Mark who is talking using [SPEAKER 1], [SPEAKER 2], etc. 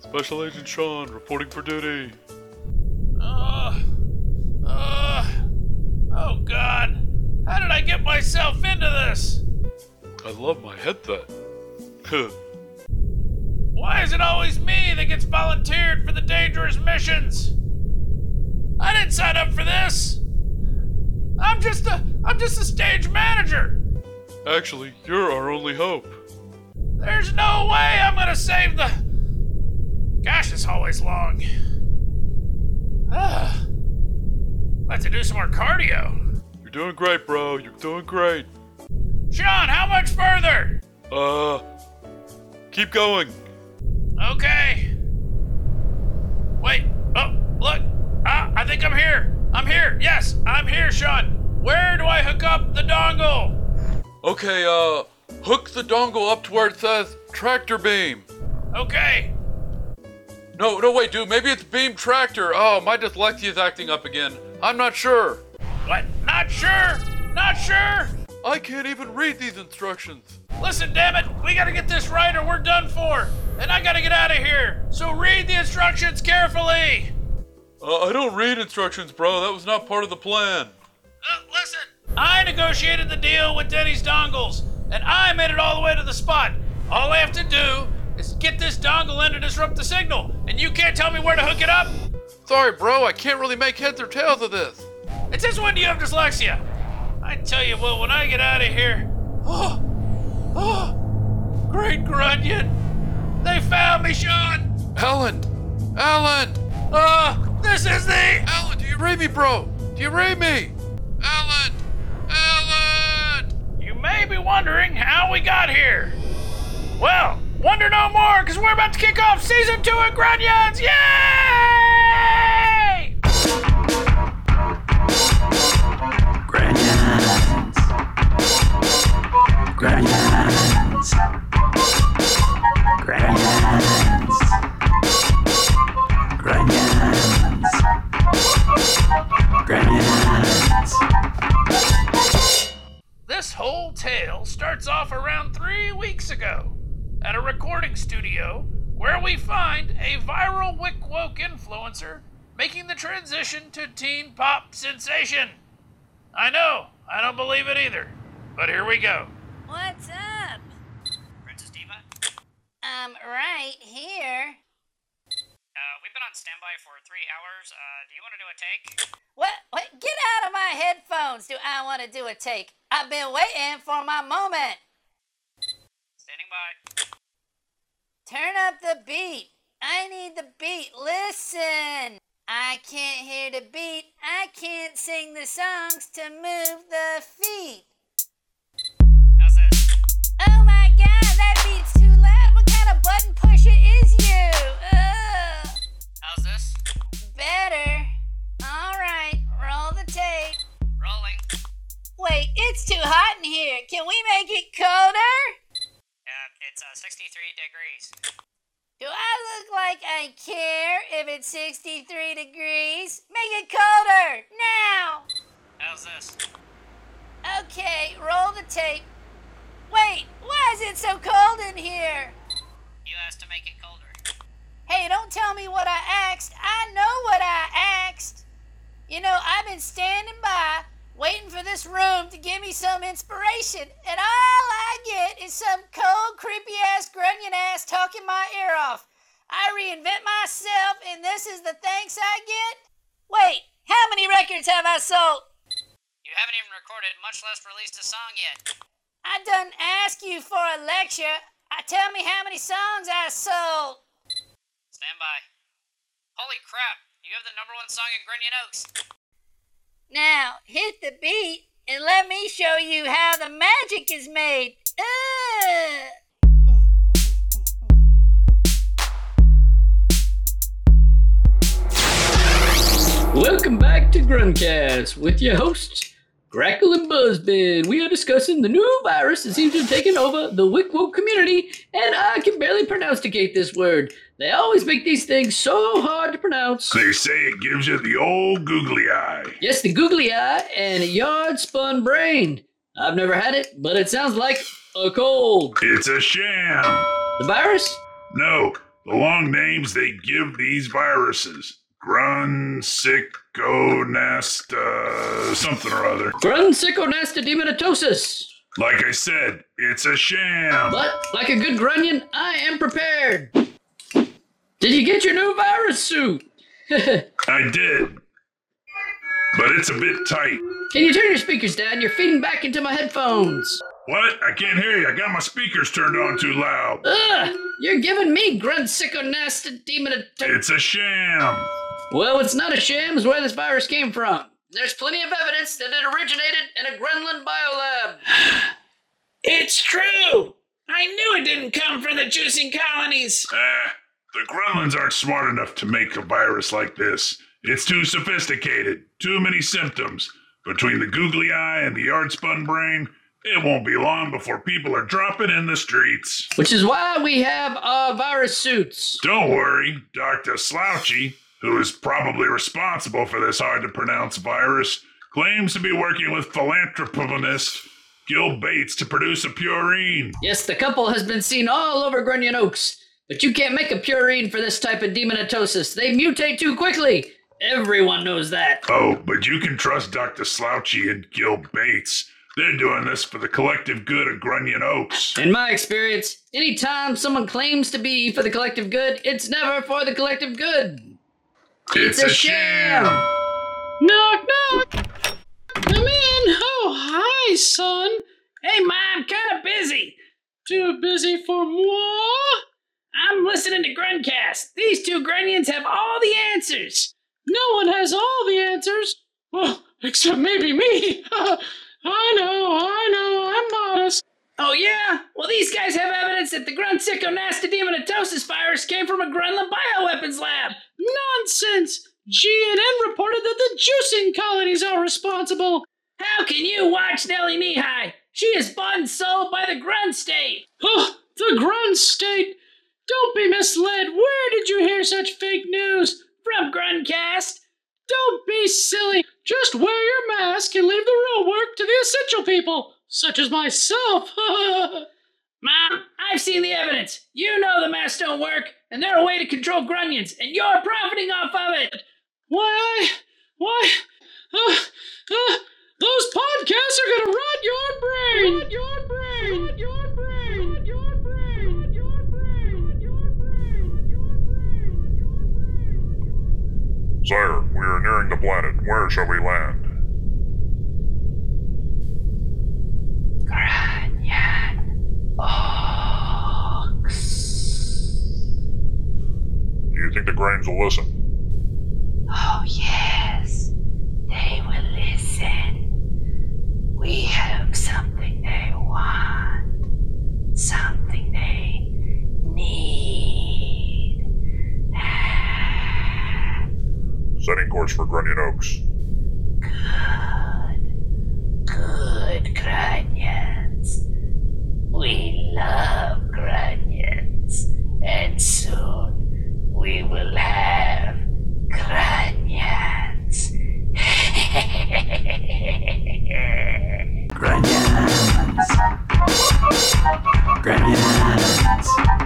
[SPEAKER 1] Special Agent Sean reporting for duty.
[SPEAKER 2] Ugh. Ugh. Oh God! How did I get myself into this?
[SPEAKER 1] I love my head that.
[SPEAKER 2] Why is it always me that gets volunteered for the dangerous missions? I didn't sign up for this. I'm just a I'm just a stage manager.
[SPEAKER 1] Actually, you're our only hope.
[SPEAKER 2] There's no way I'm gonna save the. Gosh, it's always long. Ugh. I have to do some more cardio.
[SPEAKER 1] You're doing great, bro. You're doing great.
[SPEAKER 2] Sean, how much further?
[SPEAKER 1] Uh, keep going.
[SPEAKER 2] Okay. Wait. Oh, look. Ah, I think I'm here. I'm here. Yes, I'm here, Sean. Where do I hook up the dongle?
[SPEAKER 1] Okay, uh, hook the dongle up to where it says tractor beam.
[SPEAKER 2] Okay.
[SPEAKER 1] No, no, wait, dude. Maybe it's beam tractor. Oh, my dyslexia is acting up again. I'm not sure.
[SPEAKER 2] What? Not sure. Not sure.
[SPEAKER 1] I can't even read these instructions.
[SPEAKER 2] Listen, damn it. We gotta get this right or we're done for. And I gotta get out of here. So read the instructions carefully.
[SPEAKER 1] Uh, I don't read instructions, bro. That was not part of the plan.
[SPEAKER 2] Uh, listen. I negotiated the deal with Denny's Dongles, and I made it all the way to the spot. All I have to do is get this dongle in and disrupt the signal, and you can't tell me where to hook it up?
[SPEAKER 1] Sorry, bro. I can't really make heads or tails of this.
[SPEAKER 2] It says when do you have dyslexia? I tell you what, when I get out of here, oh, oh, great Grunion, they found me, Sean.
[SPEAKER 1] Alan! Alan!
[SPEAKER 2] Uh, this is the
[SPEAKER 1] Alan, do you read me, bro? Do you read me? Alan! Alan!
[SPEAKER 2] You may be wondering how we got here. Well, wonder no more, because we're about to kick off season two of Grunions! Yay!
[SPEAKER 3] Grunions. Grunions. Grunions. Grunions. Grunions.
[SPEAKER 2] This whole tale starts off around three weeks ago at a recording studio where we find a viral Wick Woke influencer making the transition to teen pop sensation. I know, I don't believe it either, but here we go.
[SPEAKER 4] What's up?
[SPEAKER 5] Princess Diva,
[SPEAKER 4] I'm right here.
[SPEAKER 5] uh, we've been on standby for three hours. Uh, do you want to do a take?
[SPEAKER 4] What? What? Get out of my headphones. Do I want to do a take? I've been waiting for my moment.
[SPEAKER 5] Standing by.
[SPEAKER 4] Turn up the beat. I need the beat. Listen. I can't hear the beat. I can't sing the songs to move the feet.
[SPEAKER 5] How's this?
[SPEAKER 4] Oh my god, that beat's too loud. What kind of button pusher is you? Ugh.
[SPEAKER 5] How's this?
[SPEAKER 4] Better. All right, roll the tape.
[SPEAKER 5] Rolling.
[SPEAKER 4] Wait, it's too hot in here. Can we make it colder?
[SPEAKER 5] Uh, it's uh, 63 degrees.
[SPEAKER 4] Do I look like I care if it's 63 degrees? Make it colder! Now!
[SPEAKER 5] How's this?
[SPEAKER 4] Okay, roll the tape. Wait, why is it so cold in here?
[SPEAKER 5] You asked to make it colder.
[SPEAKER 4] Hey, don't tell me what I asked. I know what I asked. You know, I've been standing by, waiting for this room to give me some inspiration, and all I get is some cold, creepy ass, grunion ass talking my ear off. I reinvent myself, and this is the thanks I get? Wait, how many records have I sold?
[SPEAKER 5] You haven't even recorded, much less released a song yet.
[SPEAKER 4] I done ask you for a lecture. I tell me how many songs I sold.
[SPEAKER 5] Stand by. Holy crap! You have the number one song in Grunion Oaks.
[SPEAKER 4] Now hit the beat and let me show you how the magic is made. Ugh.
[SPEAKER 6] Welcome back to Gruncast with your hosts, Crackle and Buzzbin. We are discussing the new virus that seems to have taken over the Wickwoke community, and I can barely pronunciate this word. They always make these things so hard to pronounce.
[SPEAKER 7] They say it gives you the old googly eye.
[SPEAKER 6] Yes, the googly eye and a yard spun brain. I've never had it, but it sounds like a cold.
[SPEAKER 7] It's a sham.
[SPEAKER 6] The virus?
[SPEAKER 7] No, The long names they give these viruses. Grunsiconasta something or other.
[SPEAKER 6] Grunsiconasta demonitosis.
[SPEAKER 7] Like I said, it's a sham.
[SPEAKER 6] But like a good grunion, I am prepared. Did you get your new virus suit? Can
[SPEAKER 7] I did. But it's a bit tight.
[SPEAKER 6] you turn your speakers down? You're feeding back into my headphones.
[SPEAKER 7] What? I can't hear you. I got my speakers turned on too loud.
[SPEAKER 6] Ugh! You're giving me grunsiconasta demonitosis.
[SPEAKER 7] It's a sham.
[SPEAKER 6] Well, it's not a sham is where this virus came from. There's plenty of evidence that it originated in a Gremlin biolab.
[SPEAKER 2] It's true! I knew it didn't come from the juicing colonies!
[SPEAKER 7] Eh, the gremlins aren't smart enough to make a virus like this. It's too sophisticated, too many symptoms. Between the googly eye and the yard spun brain, it won't be long before people are dropping in the streets.
[SPEAKER 6] Which is why we have uh, virus suits.
[SPEAKER 7] Don't worry, Dr. Slouchy, who is probably responsible for this hard to pronounce virus, claims to be working with philanthropist Gil Bates to produce a purine.
[SPEAKER 6] Yes, the couple has been seen all over Grunion Oaks, but you can't make a purine for this type of demonitosis. They mutate too quickly. Everyone knows that.
[SPEAKER 7] Oh, but you can trust Dr. Slouchy and Gil Bates. They're doing this for the collective good of Grunion Oaks.
[SPEAKER 6] In my experience, anytime someone claims to be for the collective good, it's never for the collective good. It's a sham.
[SPEAKER 8] Knock, knock. Come in. Oh, hi, son.
[SPEAKER 2] Hey, Mom, kinda busy!
[SPEAKER 8] Too busy for moi?
[SPEAKER 2] I'm listening to Gruncast. These two Grunions have all the answers.
[SPEAKER 8] No one has all the answers. Well, except maybe me. I know, I know, I'm modest.
[SPEAKER 2] Oh yeah? Well, these guys have evidence that the Grunt Demonitosis virus came from a Grunland bioweapons lab.
[SPEAKER 8] Nonsense! GNN reported that the juicing colonies are responsible.
[SPEAKER 2] How can you watch Nellie Mihai? She is bought and sold by the Grunt State.
[SPEAKER 8] Ugh, the Grun State! Don't be misled. Where did you hear such fake news?
[SPEAKER 2] From Gruncast.
[SPEAKER 8] Don't be silly. Just wear your mask and leave the real work to the essential people, such as myself.
[SPEAKER 2] Mom, I've seen the evidence. You know the masks don't work, and they're a way to control Grunions, and you're profiting off of it.
[SPEAKER 8] Why, I, why, uh, uh, those podcasts are gonna rot your brain. Rot your brain. Rot your brain. Rot your brain. Rot your brain. Rot your brain. Your brain. Your brain.
[SPEAKER 7] Sir, we are nearing the planet. Where shall we land? Do you think the Grange will listen?
[SPEAKER 9] Oh, yes, they will listen. We have something they want, something they need. Ah,
[SPEAKER 7] Setting course for Grunion Oaks.
[SPEAKER 9] Good, good grunions. We love grunions, and soon we will have grunions.
[SPEAKER 3] Grunts. Grunts.